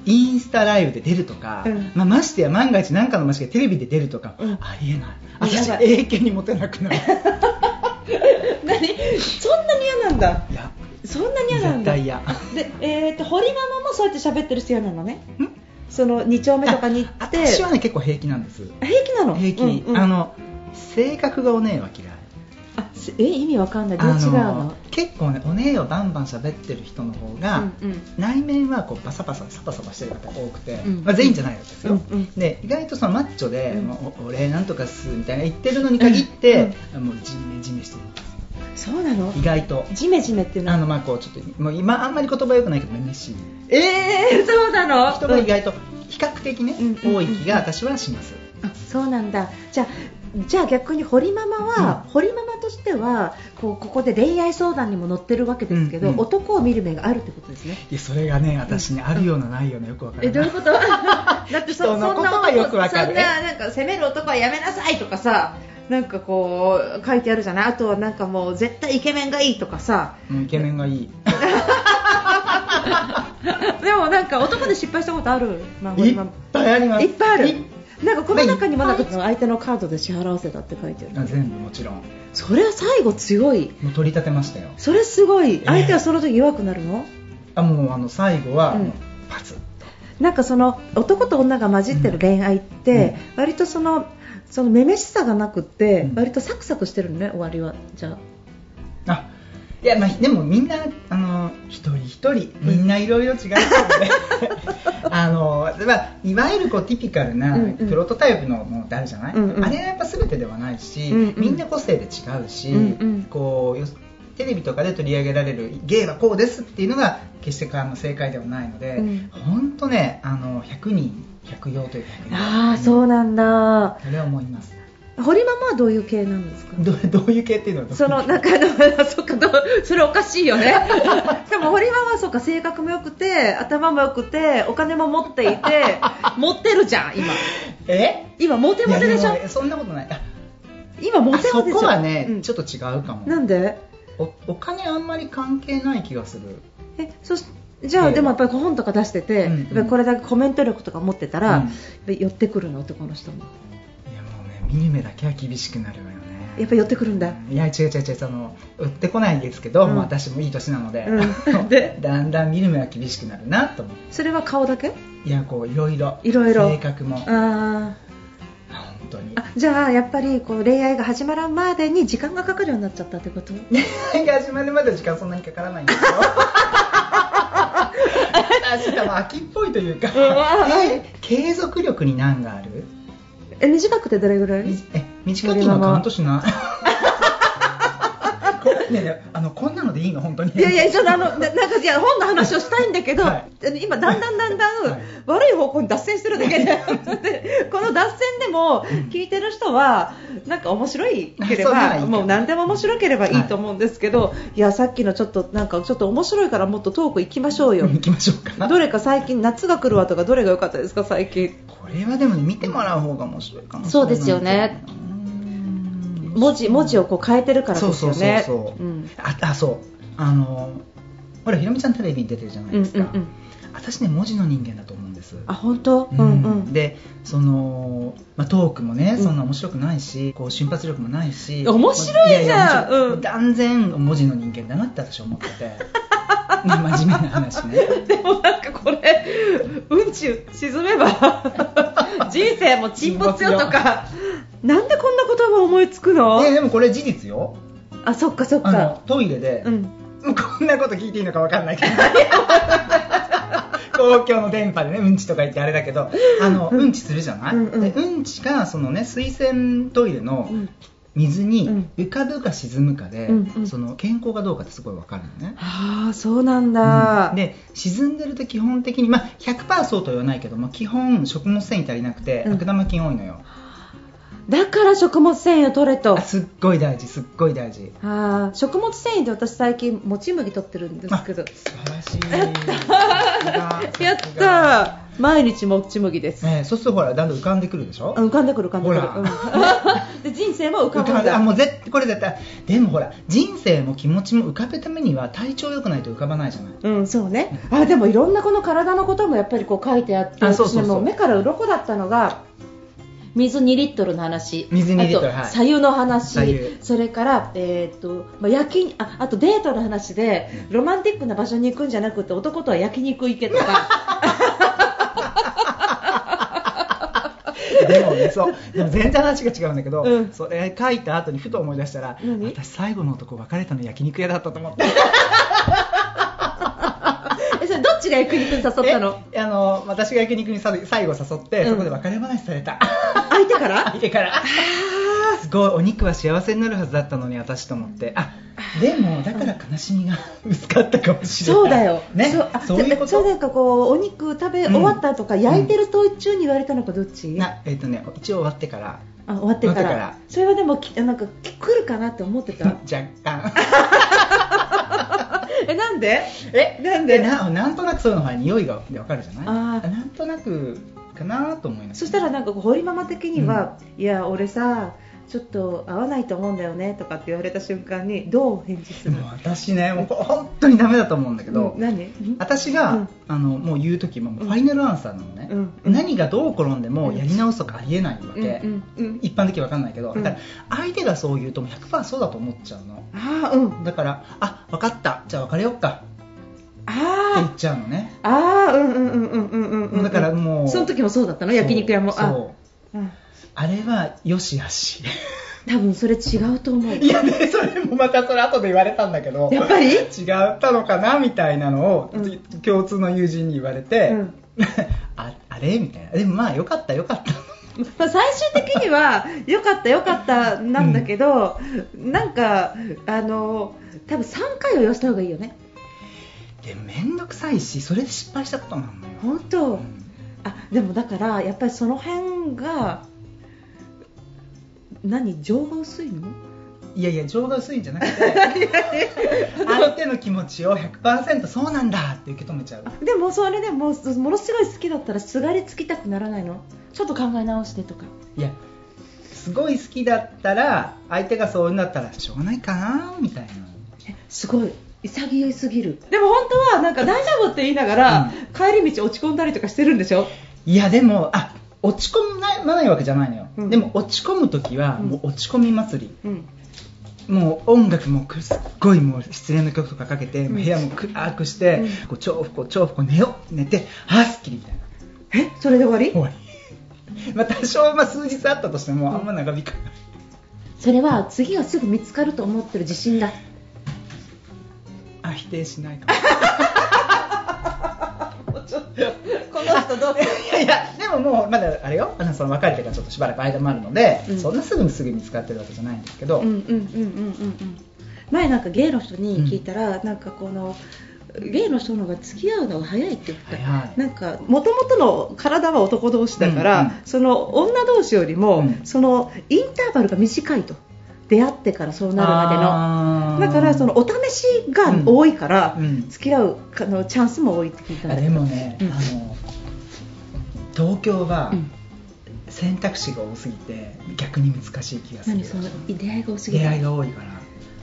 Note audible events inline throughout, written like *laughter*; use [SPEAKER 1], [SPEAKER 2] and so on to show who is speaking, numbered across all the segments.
[SPEAKER 1] インスタライブで出るとか、
[SPEAKER 2] うん
[SPEAKER 1] まあ、ましてや万が一何かの間違いテレビで出るとか、
[SPEAKER 2] うん
[SPEAKER 1] ありえ
[SPEAKER 2] う
[SPEAKER 1] ない
[SPEAKER 2] んや
[SPEAKER 1] 私
[SPEAKER 2] ばい
[SPEAKER 1] 永久にモテなくなる
[SPEAKER 2] *laughs* 何そんなに嫌なんだ
[SPEAKER 1] いや
[SPEAKER 2] そんなに嫌なん
[SPEAKER 1] 絶
[SPEAKER 2] だ
[SPEAKER 1] 対嫌
[SPEAKER 2] でえー、と堀ママもそうやって喋ってる人嫌なのね
[SPEAKER 1] ん
[SPEAKER 2] その2丁目とかに行って
[SPEAKER 1] 私はね結構平気なんです
[SPEAKER 2] 平気なの
[SPEAKER 1] 平気に、
[SPEAKER 2] うんうん
[SPEAKER 1] あの性格がお姉は嫌い
[SPEAKER 2] あすえ意味わかんないどう違うの
[SPEAKER 1] あの結構ねお姉をバンバン喋ってる人の方が、
[SPEAKER 2] うんうん
[SPEAKER 1] 内面はこうバサバササバサバしてる方が多くて、
[SPEAKER 2] うん
[SPEAKER 1] まあ、全員じゃないわけですよ、
[SPEAKER 2] うんうん
[SPEAKER 1] で意外とそのマッチョで、
[SPEAKER 2] うん
[SPEAKER 1] もうお俺なんとかっすみたいな言ってるのに限って、もうジメジメしてるんです
[SPEAKER 2] そうなの
[SPEAKER 1] 意外と
[SPEAKER 2] ジメジメっていうの
[SPEAKER 1] あ
[SPEAKER 2] は
[SPEAKER 1] のまあこうちょっともう今あんまり言葉良くないけどめしい
[SPEAKER 2] えー、そうなの
[SPEAKER 1] 人が意外と比較的ね、
[SPEAKER 2] うんうん
[SPEAKER 1] 多い気が私はします、
[SPEAKER 2] あそうなんだじゃあじゃあ逆に堀ママは、堀ママとしてはこうここで恋愛相談にも載ってるわけですけど、
[SPEAKER 1] うんうん
[SPEAKER 2] 男を見る目があるってことですね
[SPEAKER 1] いやそれがね私にあるようなないようなよくわからない
[SPEAKER 2] えどういうこと *laughs* だってそ
[SPEAKER 1] 人の
[SPEAKER 2] そんな
[SPEAKER 1] ことはよくわかる
[SPEAKER 2] そんななんか責める男はやめなさいとかさなんかこう書いてあるじゃないあとはなんかもう絶対イケメンがいいとかさ
[SPEAKER 1] もうイケメンがいい
[SPEAKER 2] *laughs* でもなんか男で失敗したことある、まあ、
[SPEAKER 1] い
[SPEAKER 2] 堀
[SPEAKER 1] っ
[SPEAKER 2] ママ
[SPEAKER 1] ぱいあります
[SPEAKER 2] いっぱいあるなんかこの中にもな
[SPEAKER 1] まあ
[SPEAKER 2] ん
[SPEAKER 1] いっぱ
[SPEAKER 2] か
[SPEAKER 1] い
[SPEAKER 2] 相手のカードで支払わせたって書いてある
[SPEAKER 1] あ全部もちろん
[SPEAKER 2] それは最後強い
[SPEAKER 1] もう取り立てましたよ
[SPEAKER 2] それすごい
[SPEAKER 1] え
[SPEAKER 2] 相手はその時弱くなるの、
[SPEAKER 1] あもうあの最後は、
[SPEAKER 2] うん
[SPEAKER 1] パツ
[SPEAKER 2] なんかその男と女が混じってる恋愛って、割とそのそのめめしさがなくって、
[SPEAKER 1] うん
[SPEAKER 2] 割とサクサクしてるのね終わりはじゃあ
[SPEAKER 1] あいやまあでもみんなあの一人一人みんないろいろ違うので、
[SPEAKER 2] *laughs*
[SPEAKER 1] *laughs* あのまあいわゆるこうティピカルな
[SPEAKER 2] うんうん
[SPEAKER 1] プロトタイプのものってあるじゃない、
[SPEAKER 2] うんうん
[SPEAKER 1] あれはやっぱ全てではないし、
[SPEAKER 2] うんうん
[SPEAKER 1] みんな個性で違うし、
[SPEAKER 2] うんうん
[SPEAKER 1] こうよテレビとかで取り上げられる芸はこうですっていうのが決してあの正解ではないので
[SPEAKER 2] うん
[SPEAKER 1] 本当、ほんとねあの100人100用というか
[SPEAKER 2] ああそううなんだ
[SPEAKER 1] それは思います
[SPEAKER 2] 堀ママはどういう系なんですか
[SPEAKER 1] どどういう *laughs* 系っていうのはどういう系
[SPEAKER 2] その中のそっか *laughs* どうそれおかしいよ
[SPEAKER 1] *laughs*
[SPEAKER 2] ねでも堀ママはそうか性格も良くて頭も良くてお金も持ってい
[SPEAKER 1] *laughs*
[SPEAKER 2] て持ってるじゃん今
[SPEAKER 1] え
[SPEAKER 2] 今モテモテでし
[SPEAKER 1] いや
[SPEAKER 2] ょ
[SPEAKER 1] もそんなことないあ
[SPEAKER 2] 今モ
[SPEAKER 1] あ
[SPEAKER 2] テモ
[SPEAKER 1] そ
[SPEAKER 2] テでしょ
[SPEAKER 1] こはね、
[SPEAKER 2] うん
[SPEAKER 1] ちょっと違うかも
[SPEAKER 2] なんで
[SPEAKER 1] おお金あんまり関係ない気がする
[SPEAKER 2] えそしじゃあ、
[SPEAKER 1] ええ
[SPEAKER 2] でもやっぱり本とか出してて、
[SPEAKER 1] うんうん
[SPEAKER 2] やっぱりこれだけコメント力とか持ってたら、
[SPEAKER 1] うん
[SPEAKER 2] やっぱり寄ってくるの男の人も
[SPEAKER 1] いやもうね見る目だけは厳しくなるわよね
[SPEAKER 2] やっぱ寄ってくるんだ
[SPEAKER 1] いや違う違う違うその売ってこないんですけど、
[SPEAKER 2] うん
[SPEAKER 1] もう私もいい年なので、
[SPEAKER 2] うん
[SPEAKER 1] *laughs*
[SPEAKER 2] で
[SPEAKER 1] だんだん見る目は厳しくなるなと思って
[SPEAKER 2] それは顔だけ
[SPEAKER 1] いやこういろいろ
[SPEAKER 2] いろいろ
[SPEAKER 1] 性格も
[SPEAKER 2] あ
[SPEAKER 1] 本当に
[SPEAKER 2] ーあじゃあやっぱりこう恋愛が始まるまでに時間がかかるようになっちゃったってこと
[SPEAKER 1] 恋愛が始まるまで時間そんなにかからないんですよ私多分秋っぽいというか、継続力に難がある
[SPEAKER 2] え短くてどれぐらい
[SPEAKER 1] みえ短くのカウントしないねえねえあのこんなのでいいの本当に
[SPEAKER 2] いやいや、そのあの、ななんか、いや、本の話をしたいんだけど、
[SPEAKER 1] はい
[SPEAKER 2] あの今、だんだんだんだん、
[SPEAKER 1] はい
[SPEAKER 2] 悪い方向に脱線してるだけで、 *laughs* この脱線でも、聞いてる人は、なんか面白いけれ
[SPEAKER 1] そうならいい
[SPEAKER 2] ば、
[SPEAKER 1] か
[SPEAKER 2] もう何でも面白ければいいと思うんですけど、い、や、さっきのちょっと、なんか、ちょっと面白いから、もっとトーク行きましょうよ
[SPEAKER 1] 行。きましょうか
[SPEAKER 2] どれか最近、夏が来るわとか、どれが良かったですか、最近。
[SPEAKER 1] これはでもね見てもらう方が面白いかもしれない
[SPEAKER 2] そうですよね
[SPEAKER 1] うん
[SPEAKER 2] 文字、文字をこう変えてるからですよね。
[SPEAKER 1] そうそうそうそうんああそうあのほらひろみちゃんテレビに出てるじゃない
[SPEAKER 2] うん
[SPEAKER 1] で
[SPEAKER 2] うん
[SPEAKER 1] す
[SPEAKER 2] う
[SPEAKER 1] か、
[SPEAKER 2] ん。
[SPEAKER 1] 私ね文字の人間だと思うんです
[SPEAKER 2] あ、本当。う
[SPEAKER 1] うん
[SPEAKER 2] うん。
[SPEAKER 1] でその、まあ、トークもね
[SPEAKER 2] うん
[SPEAKER 1] そんな面白くないし、こう瞬発力もないし
[SPEAKER 2] 面白いじゃん
[SPEAKER 1] やや面白い
[SPEAKER 2] うん
[SPEAKER 1] 断然文字の人間だなって私思ってて
[SPEAKER 2] *laughs*
[SPEAKER 1] まあ真面目な話ね
[SPEAKER 2] でもなんかこれうんち沈め
[SPEAKER 1] *laughs*
[SPEAKER 2] ば人生も沈没よとかなんでこんな言葉思いつくの
[SPEAKER 1] ででもこれ事実よ
[SPEAKER 2] あそっかそっ
[SPEAKER 1] あの
[SPEAKER 2] か
[SPEAKER 1] トイレで、
[SPEAKER 2] うん
[SPEAKER 1] もうこんなこと聞いていいのかわかんないけ
[SPEAKER 2] *laughs*
[SPEAKER 1] ど公共の電波でねうんちとか言ってあれだけどあのうんちするじゃない、
[SPEAKER 2] うんうん
[SPEAKER 1] でうんちがそのね水洗トイレの
[SPEAKER 2] うん
[SPEAKER 1] 水
[SPEAKER 2] う
[SPEAKER 1] に
[SPEAKER 2] ん
[SPEAKER 1] 浮かぶか沈むかで、
[SPEAKER 2] うんうん
[SPEAKER 1] その健康かどうかってすごいわかるのね、
[SPEAKER 2] ああそうなんだ、
[SPEAKER 1] で沈んでると基本的に、まあ、100%そうとは言わないけども基本食物繊維足りなくて
[SPEAKER 2] うん
[SPEAKER 1] 悪玉菌多いのよ、
[SPEAKER 2] だから食物繊維を取れと
[SPEAKER 1] あすっごい大事すっごい大事
[SPEAKER 2] あー食物繊維で私最近もち麦取ってるんですけど
[SPEAKER 1] 素晴らしいやった
[SPEAKER 2] やったー毎日もち麦です、
[SPEAKER 1] ねえ、そうするとほらだんだん浮かんでくるでしょ、
[SPEAKER 2] うん浮かんでくる浮かんでくる
[SPEAKER 1] ほ
[SPEAKER 2] うん *laughs* で人生も浮か
[SPEAKER 1] 浮
[SPEAKER 2] ぶ
[SPEAKER 1] か
[SPEAKER 2] ん
[SPEAKER 1] んで
[SPEAKER 2] だ
[SPEAKER 1] あもう絶対これ絶対でもほら人生も気持ちも浮かべるためには体調良くないと浮かばないじゃない
[SPEAKER 2] うん、そうね。あ、でもいろんなこの体のこともやっぱりこう書いてあって、
[SPEAKER 1] あそうそうそう
[SPEAKER 2] 私ねも目から鱗だったのが、水2リットルの話、
[SPEAKER 1] 水2リットル
[SPEAKER 2] あと、
[SPEAKER 1] はい
[SPEAKER 2] 左右の話
[SPEAKER 1] 白湯、
[SPEAKER 2] それから、えーっと、まあ、焼き、あ、あとデートの話で、ロマンティックな場所に行くんじゃなくて、男とは焼肉行けと
[SPEAKER 1] *laughs*
[SPEAKER 2] か、
[SPEAKER 1] でもねそうでも全然話が違うんだけど、
[SPEAKER 2] うん
[SPEAKER 1] それ書いた後にふと思い出したら
[SPEAKER 2] 何
[SPEAKER 1] 私最後の男別れたの焼肉屋だったと思って
[SPEAKER 2] え、それどっちが焼肉に誘ったの
[SPEAKER 1] えあの私が焼肉にさ最後誘って、
[SPEAKER 2] うん
[SPEAKER 1] そこで別れ話された
[SPEAKER 2] 相手から
[SPEAKER 1] *laughs* 相手
[SPEAKER 2] *laughs*
[SPEAKER 1] からすごいお肉は幸せになるはずだったのに私と思ってあでもだから悲しみが薄かったかもしれない
[SPEAKER 2] そうだよ。
[SPEAKER 1] ね
[SPEAKER 2] そうあ
[SPEAKER 1] そういうこ
[SPEAKER 2] そ
[SPEAKER 1] と
[SPEAKER 2] れなんかこう、お肉食べ終わったとか、
[SPEAKER 1] うん
[SPEAKER 2] 焼いてる途中に言われたのかどっち
[SPEAKER 1] なえっ、とね一応終わってから
[SPEAKER 2] あ終わってから
[SPEAKER 1] 終わってから
[SPEAKER 2] それはでもきなんかき来るかなって思ってた
[SPEAKER 1] 若干
[SPEAKER 2] *laughs* えなんで
[SPEAKER 1] え
[SPEAKER 2] なん
[SPEAKER 1] で
[SPEAKER 2] で
[SPEAKER 1] ななんとなくそういうのは匂いがわかるじゃない
[SPEAKER 2] あー
[SPEAKER 1] なんとなくかなと思います
[SPEAKER 2] そしたらなんかこう堀ママ的には、いや俺さちょっと合わないと思うんだよねとかって言われた瞬間にどう返事する
[SPEAKER 1] もう私ねもう本当にダメだと思うんだけど、
[SPEAKER 2] うん何
[SPEAKER 1] 私が、
[SPEAKER 2] うん
[SPEAKER 1] あのもう言う時ももうファイナルアンサーなのね、
[SPEAKER 2] うん
[SPEAKER 1] 何がどう転んでもやり直すとかありえないわ
[SPEAKER 2] うん
[SPEAKER 1] け、
[SPEAKER 2] うんうん
[SPEAKER 1] 一般的にわかんないけど、
[SPEAKER 2] うん
[SPEAKER 1] だから相手がそう言うともう100%そうだと思っちゃうの
[SPEAKER 2] ああうん
[SPEAKER 1] だからあ分かったじゃあ別れよっかって言
[SPEAKER 2] あ
[SPEAKER 1] っちゃうのね
[SPEAKER 2] あああうんうんうんうんうんうんうん
[SPEAKER 1] だからもう
[SPEAKER 2] その時もそうだったの焼肉屋も
[SPEAKER 1] そう
[SPEAKER 2] あ
[SPEAKER 1] そう
[SPEAKER 2] うん
[SPEAKER 1] あれはよしあし *laughs*
[SPEAKER 2] 多分それ違うと思う
[SPEAKER 1] いやねそれもまたそれ後で言われたんだけど
[SPEAKER 2] やっぱり
[SPEAKER 1] 違ったのかなみたいなのを、
[SPEAKER 2] うん
[SPEAKER 1] 共通の友人に言われて、
[SPEAKER 2] うん
[SPEAKER 1] *laughs* ああれみたいなでもまあよかったよかった
[SPEAKER 2] まあ、最終的には良かった良かったなんだけど、なんかあの多分3回は言わせた方がいいよね
[SPEAKER 1] でも面倒くさいしそれで失敗したことなんだよ、
[SPEAKER 2] 本当、
[SPEAKER 1] うん
[SPEAKER 2] あでもだからやっぱりその辺が何情が薄いの
[SPEAKER 1] いやいや情が薄いんじゃなくて
[SPEAKER 2] *laughs*
[SPEAKER 1] 相手の気持ちを100%そうなんだって受け止めちゃう
[SPEAKER 2] あでもそれでもものすごい好きだったらすがりつきたくならないのちょっと考え直してとか
[SPEAKER 1] いやすごい好きだったら相手がそうなったらしょうがないかなみたいな
[SPEAKER 2] えすごい潔いすぎるでも本当はなんか大丈夫って言いながら、帰り道落ち込んだりとかしてるんでしょ
[SPEAKER 1] いやでもあ落ち込まないわけじゃないのよ、
[SPEAKER 2] うん
[SPEAKER 1] でも落ち込む時はもう落ち込み祭り、
[SPEAKER 2] うん
[SPEAKER 1] もう音楽もくすっごいもう失恋の曲とかかけて、
[SPEAKER 2] うん
[SPEAKER 1] 部屋も暗くして、
[SPEAKER 2] うん
[SPEAKER 1] こう重複重複寝よう寝てあーすっきりみたいな
[SPEAKER 2] えそれで終わり
[SPEAKER 1] 終わり *laughs* まあ多少まあ数日あったとしてもあんま長引かない、
[SPEAKER 2] それは次がすぐ見つかると思ってる自信だ
[SPEAKER 1] あ否定しないかも
[SPEAKER 2] この人どう
[SPEAKER 1] *laughs* いやいやでももうまだあれよあのその別れてからちょっとしばらく間もあるので、
[SPEAKER 2] うん
[SPEAKER 1] そんなすぐにすぐ見つかってるわけじゃないんですけど、
[SPEAKER 2] うんうんうんうんうんうん前なんかゲイの人に聞いたら、なんかこのゲイの人の方が付き合うのが早いって言った、
[SPEAKER 1] 早い
[SPEAKER 2] なんかもともとの体は男同士だから、
[SPEAKER 1] うんうん
[SPEAKER 2] その女同士よりも、
[SPEAKER 1] うん
[SPEAKER 2] そのインターバルが短いと出会ってからそうなるまでの。
[SPEAKER 1] あー
[SPEAKER 2] だからそのお試しが多いから、
[SPEAKER 1] うん
[SPEAKER 2] 付き合うあのチャンスも多いって聞いたん
[SPEAKER 1] あ
[SPEAKER 2] だけ
[SPEAKER 1] で
[SPEAKER 2] ど
[SPEAKER 1] もね、
[SPEAKER 2] うん
[SPEAKER 1] あの東京は
[SPEAKER 2] うん
[SPEAKER 1] 選択肢が多すぎて逆に難しい気がする
[SPEAKER 2] 何その出会いが多すぎ
[SPEAKER 1] 出
[SPEAKER 2] る
[SPEAKER 1] 会いが多いから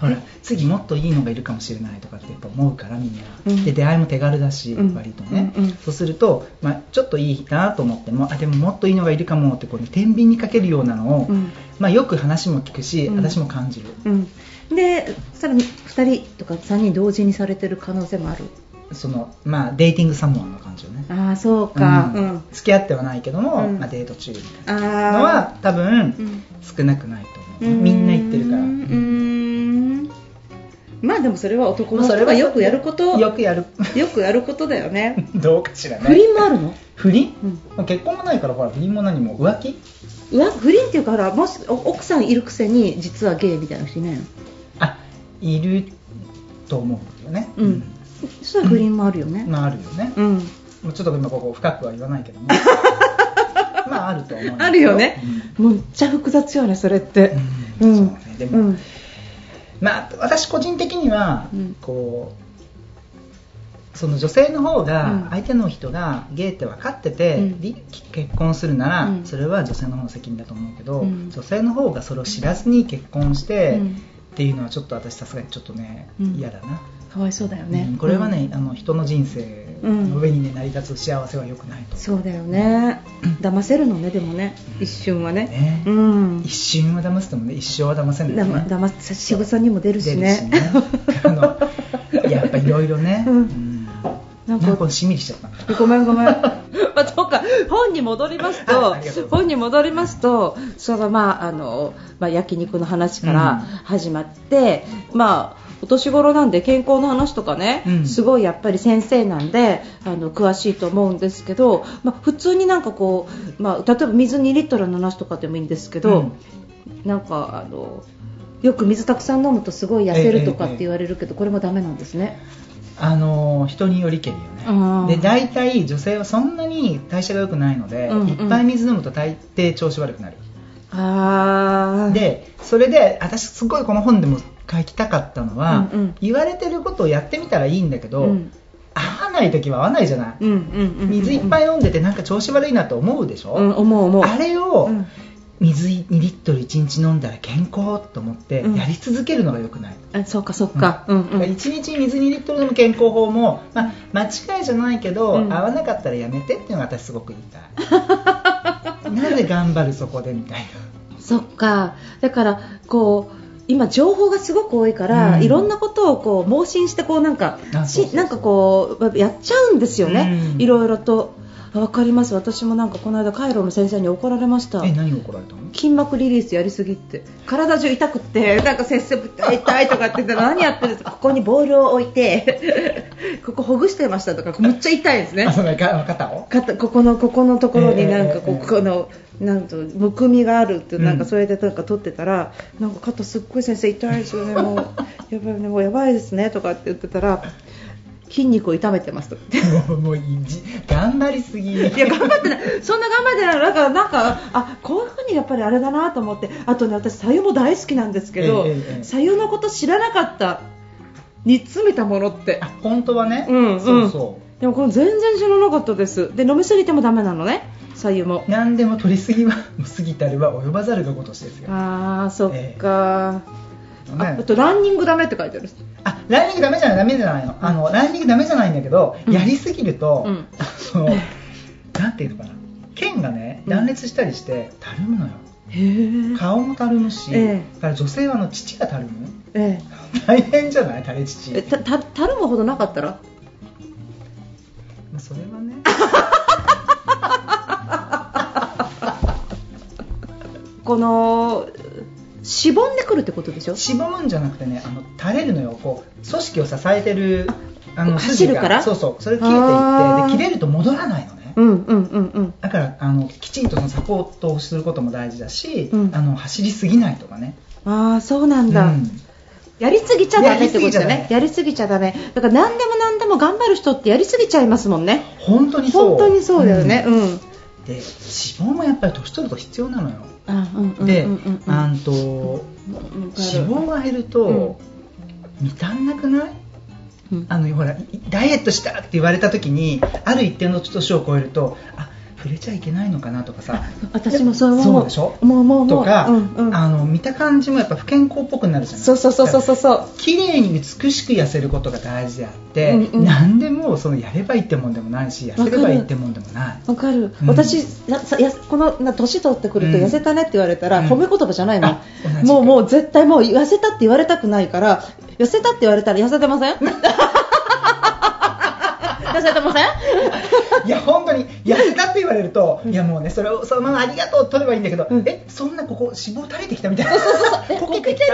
[SPEAKER 1] ほら次もっといいのがいるかもしれないとかってやっぱ思うからみんな、
[SPEAKER 2] うん
[SPEAKER 1] で出会いも手軽だし、
[SPEAKER 2] うん
[SPEAKER 1] 割とね、
[SPEAKER 2] うんうん
[SPEAKER 1] そうすると、まあ、ちょっといいなと思ってもあでももっといいのがいるかもってこう、天秤にかけるようなのを、
[SPEAKER 2] うん
[SPEAKER 1] まあ、よく話も聞くし、
[SPEAKER 2] うん
[SPEAKER 1] 私も感じる
[SPEAKER 2] うん、でさらに2人とか3人同時にされてる可能性もある
[SPEAKER 1] その、まあ、デーティングサモアの感じよね
[SPEAKER 2] ああそうかうん、
[SPEAKER 1] うん付き合ってはないけども、
[SPEAKER 2] うん
[SPEAKER 1] まあ、デート中みたいなの
[SPEAKER 2] あ
[SPEAKER 1] は多分
[SPEAKER 2] ーうん
[SPEAKER 1] 少なくないと思うみんな言ってるから
[SPEAKER 2] うーんまあでもそれは男の
[SPEAKER 1] まあそ
[SPEAKER 2] 人
[SPEAKER 1] れ
[SPEAKER 2] が
[SPEAKER 1] は
[SPEAKER 2] よくやること
[SPEAKER 1] よ
[SPEAKER 2] よ
[SPEAKER 1] くやる *laughs*
[SPEAKER 2] くやることだよね
[SPEAKER 1] どうかしら
[SPEAKER 2] 不
[SPEAKER 1] ね
[SPEAKER 2] 倫もあるの、
[SPEAKER 1] 不倫
[SPEAKER 2] うん
[SPEAKER 1] 結婚もないからほら不倫も何も浮気
[SPEAKER 2] うわ不倫っていうからもしお奥さんいるくせに実はゲイみたいな人いないの
[SPEAKER 1] あいると思うよね
[SPEAKER 2] うん、そしたら不倫もあるよね、
[SPEAKER 1] まああるよね、
[SPEAKER 2] うん
[SPEAKER 1] もうちょっと今ここ深くは言わない
[SPEAKER 2] *laughs*
[SPEAKER 1] けどもまああると思う
[SPEAKER 2] あるよね
[SPEAKER 1] うん、
[SPEAKER 2] むっちゃ複雑よねそれって
[SPEAKER 1] う
[SPEAKER 2] うんん、
[SPEAKER 1] そうねでも
[SPEAKER 2] うん
[SPEAKER 1] まあ、私個人的には、
[SPEAKER 2] うん
[SPEAKER 1] こうその女性の方が、
[SPEAKER 2] うん
[SPEAKER 1] 相手の人がゲイって分かってて、
[SPEAKER 2] うん
[SPEAKER 1] り結婚するなら、
[SPEAKER 2] うん
[SPEAKER 1] それは女性の方の責任だと思うけど、
[SPEAKER 2] うん
[SPEAKER 1] 女性の方がそれを知らずに結婚して、
[SPEAKER 2] うん
[SPEAKER 1] っていうのはちょっと私さすがにちょっとね、
[SPEAKER 2] うん
[SPEAKER 1] 嫌だな、
[SPEAKER 2] かわいそうだよね、
[SPEAKER 1] うんこれはね、あの人の人生の上に、ね、成り立つ幸せは良くないと、
[SPEAKER 2] そうだよね騙せるのねでもね一瞬はね
[SPEAKER 1] ね
[SPEAKER 2] うん
[SPEAKER 1] 一瞬は騙してもね一生は騙せないよ
[SPEAKER 2] だま
[SPEAKER 1] ね
[SPEAKER 2] 騙す仕草にも出るしね
[SPEAKER 1] 出るしね
[SPEAKER 2] *laughs*
[SPEAKER 1] あのやっぱいろいろね、
[SPEAKER 2] うん
[SPEAKER 1] ん
[SPEAKER 2] な
[SPEAKER 1] なんん
[SPEAKER 2] か
[SPEAKER 1] かこれしんみりしちゃった
[SPEAKER 2] ごめんご *laughs* めん。まあ、そうか本に戻りますと
[SPEAKER 1] はいありがとうございます
[SPEAKER 2] 本に戻りますとそのまああのまあ焼肉の話から始まって、まあお年頃なんで健康の話とかね、
[SPEAKER 1] うん
[SPEAKER 2] すごいやっぱり先生なんであの詳しいと思うんですけど、まあ、普通になんかこう、まあ、例えば水2リットルの話とかでもいいんですけど、
[SPEAKER 1] うん
[SPEAKER 2] なんかあのよく水たくさん飲むとすごい痩せるとかって言われるけど、これもダメなんですね。
[SPEAKER 1] あのー人によりけりよ
[SPEAKER 2] あー
[SPEAKER 1] ねで大体女性はそんなに代謝が良くないので、
[SPEAKER 2] うんうん
[SPEAKER 1] いっぱい水飲むと大抵調子悪くなる
[SPEAKER 2] あー
[SPEAKER 1] でそれで私すごいこの本でも書きたかったのは、
[SPEAKER 2] うんうん
[SPEAKER 1] 言われてることをやってみたらいいんだけど、
[SPEAKER 2] うん
[SPEAKER 1] 合わない時は合わないじゃない、
[SPEAKER 2] うんうんうん、
[SPEAKER 1] 水いっぱい飲んでてなんか調子悪いなと思うでしょ、
[SPEAKER 2] うん、思う思う。
[SPEAKER 1] あれを
[SPEAKER 2] うん
[SPEAKER 1] 水2リットル1日飲んだら健康と思って
[SPEAKER 2] うん
[SPEAKER 1] やり続けるのが良くない、
[SPEAKER 2] あそうかそうか。うんうん。
[SPEAKER 1] 1日水2リットル飲む健康法も、まあ、間違いじゃないけど、
[SPEAKER 2] うん
[SPEAKER 1] 合わなかったらやめてっていうのが私すごく言いた
[SPEAKER 2] *laughs*
[SPEAKER 1] いなぜ頑張るそこでみたい
[SPEAKER 2] そっか。だからこう。今情報がすごく多いから、
[SPEAKER 1] うん
[SPEAKER 2] いろんなことをこう盲信してこうなんか
[SPEAKER 1] あそうそう
[SPEAKER 2] し
[SPEAKER 1] そう
[SPEAKER 2] なんかこうやっちゃうんですよね、
[SPEAKER 1] うん
[SPEAKER 2] いろいろとあわかります私もなんかこの間カイロの先生に怒られました
[SPEAKER 1] なえ何が怒られたの
[SPEAKER 2] 筋膜リリースやりすぎって体中痛くってなんか節々痛い痛いとかって言って何やってるんですかここにボールを置いて *laughs* ここほぐしてましたとかむっちゃ痛いですね
[SPEAKER 1] あそのか肩を
[SPEAKER 2] 肩ここのここのところになんか
[SPEAKER 1] え
[SPEAKER 2] こ
[SPEAKER 1] えええ
[SPEAKER 2] このなんとむくみがあるって
[SPEAKER 1] うん
[SPEAKER 2] なんかそれでなんか取ってたら、なんか肩すっごい先生痛いです *laughs* よねもうやばいねもうやばいですねとかって言ってたら筋肉を痛めてます *laughs* とか言っ
[SPEAKER 1] もうもういじ頑張りすぎ
[SPEAKER 2] ていや頑張ってないそんな頑張ってないのだからなんかあこういうふうにやっぱりあれだなと思ってあとね私白湯も大好きなんですけど
[SPEAKER 1] ええええ
[SPEAKER 2] 白湯のこと知らなかった煮詰めたものって
[SPEAKER 1] あ本当はね、
[SPEAKER 2] うんうん
[SPEAKER 1] そうそ
[SPEAKER 2] でもこれ全然知らなかったですで飲みすぎてもダメなのね白湯も
[SPEAKER 1] う何でも取りすぎはもう過ぎたるは及ばざるがごとしですよ、
[SPEAKER 2] ああそっか、あ
[SPEAKER 1] ね
[SPEAKER 2] あとランニングダメって書いてある
[SPEAKER 1] あランニングダメじゃないダメじゃないのあのランニングダメじゃないんだけど、
[SPEAKER 2] うん
[SPEAKER 1] やりすぎると、
[SPEAKER 2] うん *laughs*
[SPEAKER 1] あのなんていうのかな腱がね
[SPEAKER 2] うん
[SPEAKER 1] 断裂したりしてたるむのよ
[SPEAKER 2] へえ
[SPEAKER 1] 顔もたるむし、
[SPEAKER 2] ええ
[SPEAKER 1] だから女性はあの乳がたるむ *laughs*
[SPEAKER 2] え
[SPEAKER 1] 大変じゃない垂れ
[SPEAKER 2] え
[SPEAKER 1] 乳
[SPEAKER 2] えたたたるむほどなかったら
[SPEAKER 1] まあそれはね
[SPEAKER 2] このしぼんでくるってことでしょ
[SPEAKER 1] しぼむんじゃなくてねあの垂れるのよこう組織を支えてるあの
[SPEAKER 2] 走る
[SPEAKER 1] 筋が
[SPEAKER 2] から
[SPEAKER 1] そうそうそれが切
[SPEAKER 2] あ
[SPEAKER 1] れ
[SPEAKER 2] ー
[SPEAKER 1] ていってで切れると戻らないのね
[SPEAKER 2] うんうんうんうん
[SPEAKER 1] だからあのきちんとそのサポートをすることも大事だし、
[SPEAKER 2] うん
[SPEAKER 1] あの走りすぎないとかね
[SPEAKER 2] ああそうなんだ、
[SPEAKER 1] うん
[SPEAKER 2] やりすぎちゃダメってことだよね。や
[SPEAKER 1] や
[SPEAKER 2] りすぎちゃダメ。だから何でも何でも頑張る人ってやりすぎちゃいますもんね。
[SPEAKER 1] 本当にそう
[SPEAKER 2] 本当にそうだよね。、うん。
[SPEAKER 1] うんで脂肪もやっぱり年取ると必要なのよ
[SPEAKER 2] あうんうんうんうん
[SPEAKER 1] で、
[SPEAKER 2] うん
[SPEAKER 1] あんと
[SPEAKER 2] うん
[SPEAKER 1] 脂肪が減ると、満たんなくない
[SPEAKER 2] うん
[SPEAKER 1] あのほらいダイエットしたって言われた時にある一定の年を超えるとあ触れちゃいけないのかなとかさ
[SPEAKER 2] 私もそう *laughs* 思う。
[SPEAKER 1] そうでしょ
[SPEAKER 2] もうもうもう。
[SPEAKER 1] とか、
[SPEAKER 2] うんうん、
[SPEAKER 1] あの見た感じもやっぱ不健康っぽくなるじゃない
[SPEAKER 2] そうそうそうそうそうそう。
[SPEAKER 1] 綺麗に美しく痩せることが大事であって、
[SPEAKER 2] うんうん
[SPEAKER 1] 何でもそのやればいいってもんでもないし痩せればいいってもんでもない
[SPEAKER 2] わかる、
[SPEAKER 1] うん
[SPEAKER 2] 私なさやこのな年取ってくると
[SPEAKER 1] うん
[SPEAKER 2] 痩せたねって言われたら、
[SPEAKER 1] うん
[SPEAKER 2] 褒め言葉じゃないの
[SPEAKER 1] あ同じく
[SPEAKER 2] もうもう絶対もう痩せたって言われたくないから痩せたって言われたら痩せてませ *laughs* ん痩せてません
[SPEAKER 1] いや本当に痩せたって言われると、いやもうねそれをそのままありがとう取ればいいんだけど、
[SPEAKER 2] うん
[SPEAKER 1] えそんなここ脂肪垂れてきたみたいなこけてきた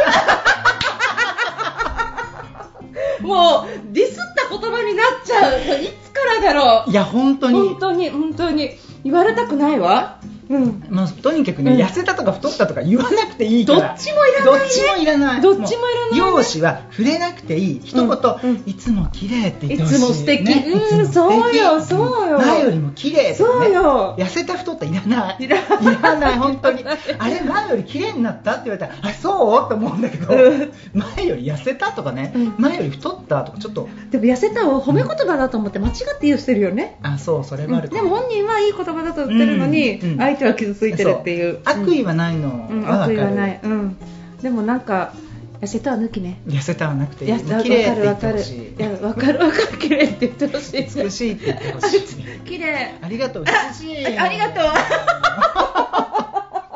[SPEAKER 2] もうディスった言葉になっちゃういつからだろ
[SPEAKER 1] いや本当
[SPEAKER 2] う
[SPEAKER 1] に
[SPEAKER 2] 本当に本当に言われたくないわうん
[SPEAKER 1] もうとにかくね、
[SPEAKER 2] うん
[SPEAKER 1] 痩せたとか太ったとか言わなくていいか
[SPEAKER 2] ど
[SPEAKER 1] ら
[SPEAKER 2] っちもいらないね
[SPEAKER 1] どっちもいらない
[SPEAKER 2] どっちもいらないね
[SPEAKER 1] う容姿は触れなくていい一言、
[SPEAKER 2] うんうん
[SPEAKER 1] いつも綺麗って言ってほしい、
[SPEAKER 2] いつも素敵
[SPEAKER 1] ね
[SPEAKER 2] うん
[SPEAKER 1] いつも素
[SPEAKER 2] そ
[SPEAKER 1] 敵
[SPEAKER 2] うよそうよ
[SPEAKER 1] 前よりも綺麗とかね
[SPEAKER 2] そうよ
[SPEAKER 1] 痩せた太ったいらない
[SPEAKER 2] いら
[SPEAKER 1] *laughs*
[SPEAKER 2] ない
[SPEAKER 1] いらない本当にあれ前より綺麗になったって言われたらあそうと思うんだけど、
[SPEAKER 2] うん
[SPEAKER 1] 前より痩せたとかね、
[SPEAKER 2] うん
[SPEAKER 1] 前より太ったとかちょっと
[SPEAKER 2] でも痩せたを褒め言葉だと思って間違って言ってるよね
[SPEAKER 1] あそうそれもあ
[SPEAKER 2] うん
[SPEAKER 1] るか
[SPEAKER 2] で
[SPEAKER 1] も
[SPEAKER 2] も本人はいい言葉だと言ってるのに、
[SPEAKER 1] うんうん
[SPEAKER 2] 相手は傷ついてるっていう
[SPEAKER 1] そ悪意
[SPEAKER 2] は、
[SPEAKER 1] はないの
[SPEAKER 2] うん
[SPEAKER 1] は
[SPEAKER 2] 悪
[SPEAKER 1] 分
[SPEAKER 2] 意
[SPEAKER 1] か
[SPEAKER 2] は
[SPEAKER 1] る、
[SPEAKER 2] ない、うん、でもなんか痩せたは抜きね
[SPEAKER 1] 痩せたはなくていい
[SPEAKER 2] 痩せた
[SPEAKER 1] もう
[SPEAKER 2] わ
[SPEAKER 1] 綺
[SPEAKER 2] かる
[SPEAKER 1] 麗って言
[SPEAKER 2] わ
[SPEAKER 1] って
[SPEAKER 2] か
[SPEAKER 1] ほ
[SPEAKER 2] る
[SPEAKER 1] しい
[SPEAKER 2] いやわかるわかる綺麗って言ってほしい
[SPEAKER 1] 美しいって言ってほしい。
[SPEAKER 2] 綺麗
[SPEAKER 1] ありがとう、美しい。
[SPEAKER 2] あありがとう *laughs*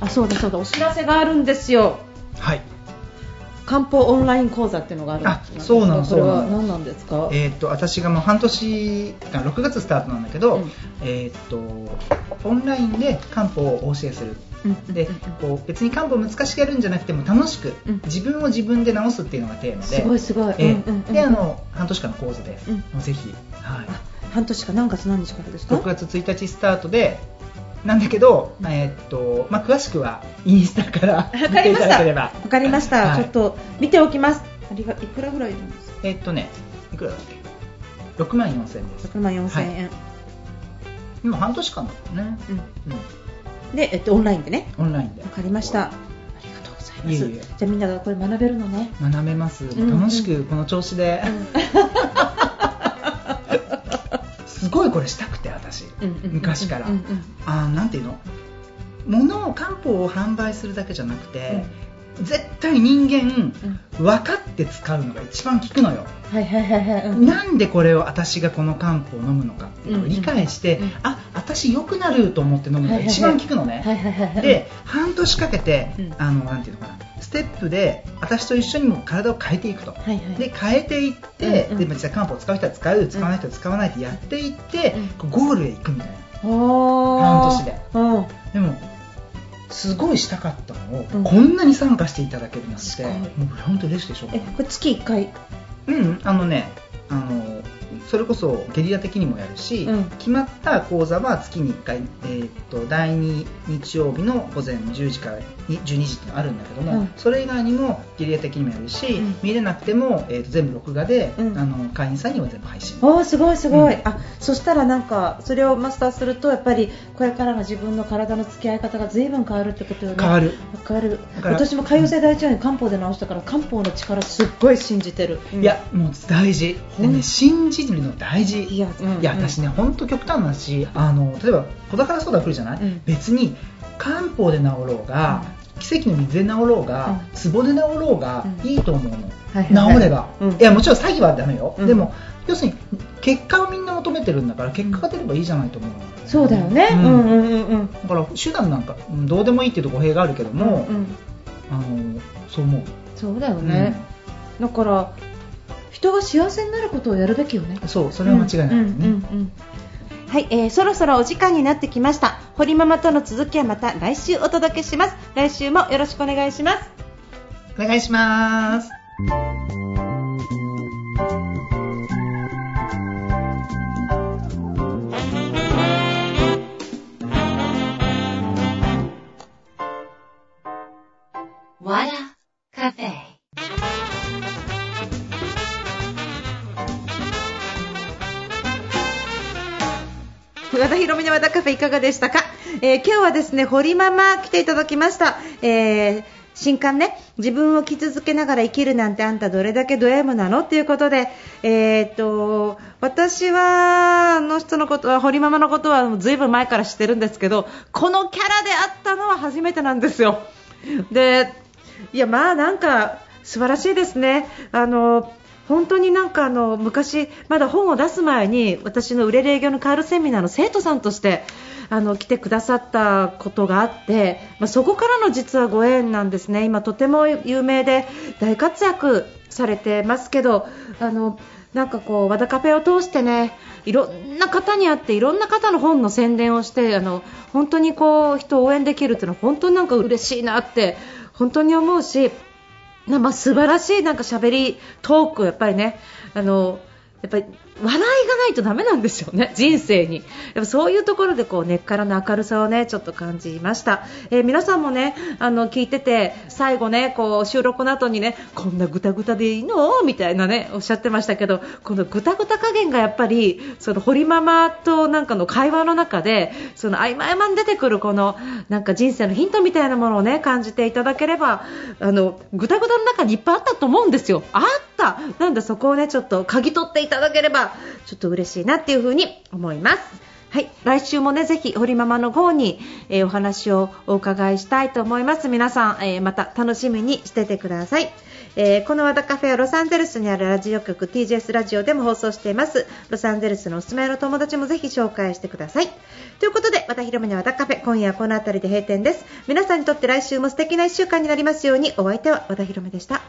[SPEAKER 2] あそうだそうだお知らせがあるんですよ
[SPEAKER 1] はい。
[SPEAKER 2] 漢方オンライン講座っていうのがあるんです
[SPEAKER 1] あそうなの
[SPEAKER 2] これは
[SPEAKER 1] そうなの
[SPEAKER 2] 何なんですか
[SPEAKER 1] えーっと私がもう半年間6月スタートなんだけど、
[SPEAKER 2] うん
[SPEAKER 1] えーっとオンラインで漢方をお教えする。でこう別に漢方難しくやるんじゃなくても楽しく
[SPEAKER 2] うん
[SPEAKER 1] 自分を自分で治すっていうのがテーマ
[SPEAKER 2] すごい
[SPEAKER 1] で。
[SPEAKER 2] すごい、
[SPEAKER 1] え
[SPEAKER 2] うんうんう
[SPEAKER 1] ー
[SPEAKER 2] ん
[SPEAKER 1] であの半年間の講座です、
[SPEAKER 2] うん
[SPEAKER 1] もうぜひ、はい、
[SPEAKER 2] 半年か何月何日からですか
[SPEAKER 1] 6月1日スタートでなんだけど、えーっとまあ、詳しくはインスタから見ていただければ
[SPEAKER 2] わかりました、
[SPEAKER 1] はい
[SPEAKER 2] ちょっと見ておきますありがいくらぐらいなんですか
[SPEAKER 1] えーっとねいくらだっけ6万4000円です
[SPEAKER 2] 6万4千円、
[SPEAKER 1] 今半年間だったね、う
[SPEAKER 2] で、えっと、オンラインでね
[SPEAKER 1] ん、オンラインで
[SPEAKER 2] わかりましたありがとうございます
[SPEAKER 1] いえいえ
[SPEAKER 2] じゃあみんながこれ学べるのね
[SPEAKER 1] 学べます、
[SPEAKER 2] うん
[SPEAKER 1] 楽しくこの調子で、 *laughs* すごいこれしたくて私、昔から、
[SPEAKER 2] うんうん
[SPEAKER 1] あーなんていうの物を漢方を販売するだけじゃなくて、絶対人間
[SPEAKER 2] うん
[SPEAKER 1] 分かって使うのが一番効くのよ、
[SPEAKER 2] はいはいはいはい、うん
[SPEAKER 1] なんでこれを私がこの漢方を飲むのかっていうのを理解して、
[SPEAKER 2] うんうん
[SPEAKER 1] あ私良くなると思って飲むのが一番効くのね、
[SPEAKER 2] はいはいはいはい
[SPEAKER 1] で半年かけて、
[SPEAKER 2] うん
[SPEAKER 1] あのなんていうのかなステップで私と一緒にも体を変えていくと、
[SPEAKER 2] はいはい
[SPEAKER 1] で変えていって、
[SPEAKER 2] うんうん
[SPEAKER 1] で実際漢方を使う人は使う使わない人は使わないってやっていって、こうゴールへ行くみたいな
[SPEAKER 2] おー
[SPEAKER 1] 半年で
[SPEAKER 2] うん
[SPEAKER 1] でもすごいしたかったのを、
[SPEAKER 2] うん
[SPEAKER 1] こんなに参加していただけるなんて
[SPEAKER 2] すごい
[SPEAKER 1] もう本当に嬉しいでしょう
[SPEAKER 2] えこれ月1回
[SPEAKER 1] うんあのねあのそれこそゲリラ的にもやるし、
[SPEAKER 2] うん
[SPEAKER 1] 決まった講座は月に1回、えーっと第2日曜日の午前10時からに12時ってのあるんだけども、
[SPEAKER 2] うん
[SPEAKER 1] それ以外にもゲリラ的にもやるし、
[SPEAKER 2] うん
[SPEAKER 1] 見れなくても、えーっと全部録画で、
[SPEAKER 2] うん
[SPEAKER 1] あの会員さんには全部配信
[SPEAKER 2] おーすごいすごい、
[SPEAKER 1] うん
[SPEAKER 2] あそしたらなんかそれをマスターするとやっぱりこれからの自分の体の付き合い方が随分変わるってことよね
[SPEAKER 1] 変わる
[SPEAKER 2] わかる
[SPEAKER 1] だから
[SPEAKER 2] 私も潰瘍性大腸炎漢方で治したから漢方の力すっごい信じてる、
[SPEAKER 1] いやもう大事
[SPEAKER 2] ほん
[SPEAKER 1] でね信じるの大事
[SPEAKER 2] いやうん
[SPEAKER 1] いや私ね本当極端な話あの例えば子宝相談来るじゃない、
[SPEAKER 2] うん
[SPEAKER 1] 別に漢方で治ろうが、奇跡の水で治ろうが、壺で治ろうが、
[SPEAKER 2] うん
[SPEAKER 1] いいと思うの、
[SPEAKER 2] はいはい
[SPEAKER 1] 治れば、
[SPEAKER 2] うん
[SPEAKER 1] いやもちろん詐欺はダメよ、
[SPEAKER 2] うん
[SPEAKER 1] でも要するに結果をみんな求めてるんだから結果が出ればいいじゃないと思うの、
[SPEAKER 2] そうだよね、う、
[SPEAKER 1] うんん
[SPEAKER 2] うんうんうん
[SPEAKER 1] だから手段なんかうんどうでもいいっていうと語弊があるけども、
[SPEAKER 2] うん
[SPEAKER 1] あのそう思
[SPEAKER 2] そうだよ
[SPEAKER 1] う、
[SPEAKER 2] ね、だから人が幸せになることをやるべきよね
[SPEAKER 1] うんそうそれは間違いないですね、
[SPEAKER 2] うんうんうんうんはい、えーそろそろお時間になってきました堀ママとの続きはまた来週お届けします来週もよろしくお願いします
[SPEAKER 1] お願いします
[SPEAKER 2] 和田ひろみの和田カフェいかがでしたか、えー今日はですね堀ママ来ていただきました、えー新刊ね自分を着続けながら生きるなんてあんたどれだけド M なのっていうことで、えーっと私はあの人のことは堀ママのことはずいぶん前から知ってるんですけどこのキャラであったのは初めてなんですよ。でいやまあなんか素晴らしいですね。あの本当になんかあの昔、まだ本を出す前に私の売れる営業のカールセミナーの生徒さんとしてあの来てくださったことがあって、まあ、そこからの実はご縁なんですね、今とても有名で大活躍されてますけどあのなんかこう和田カフェを通してねいろんな方に会っていろんな方の本の宣伝をしてあの本当にこう人を応援できるっていうのは本当になんか嬉しいなって本当に思うし。なまあ、素晴らしいなんか喋りトークやっぱりねあのやっぱり笑いがないとダメなんですよね、人生に。やっぱそういうところでこう根っからの明るさをねちょっと感じました。えー皆さんもねあの聞いてて最後ねこう収録の後にねこんなぐたぐたでいいのみたいなねおっしゃってましたけどこのぐたぐた加減がやっぱりその堀ママとなんかの会話の中でその合間合間に出てくるこのなんか人生のヒントみたいなものをね感じていただければあのぐたぐたの中にいっぱいあったと思うんですよ。あったなんでそこをねちょっと嗅ぎ取っていただければちょっと嬉しいなっていうふうに思います。はい、来週もねぜひ堀ママの方に、えーお話をお伺いしたいと思います。皆さん、えーまた楽しみにしててください。えーこの和田カフェはロサンゼルスにあるラジオ局 TGS ラジオでも放送していますロサンゼルスのおすすめの友達もぜひ紹介してくださいということで和田広めの和田カフェ今夜はこの辺りで閉店です皆さんにとって来週も素敵な1週間になりますようにお相手は和田広めでした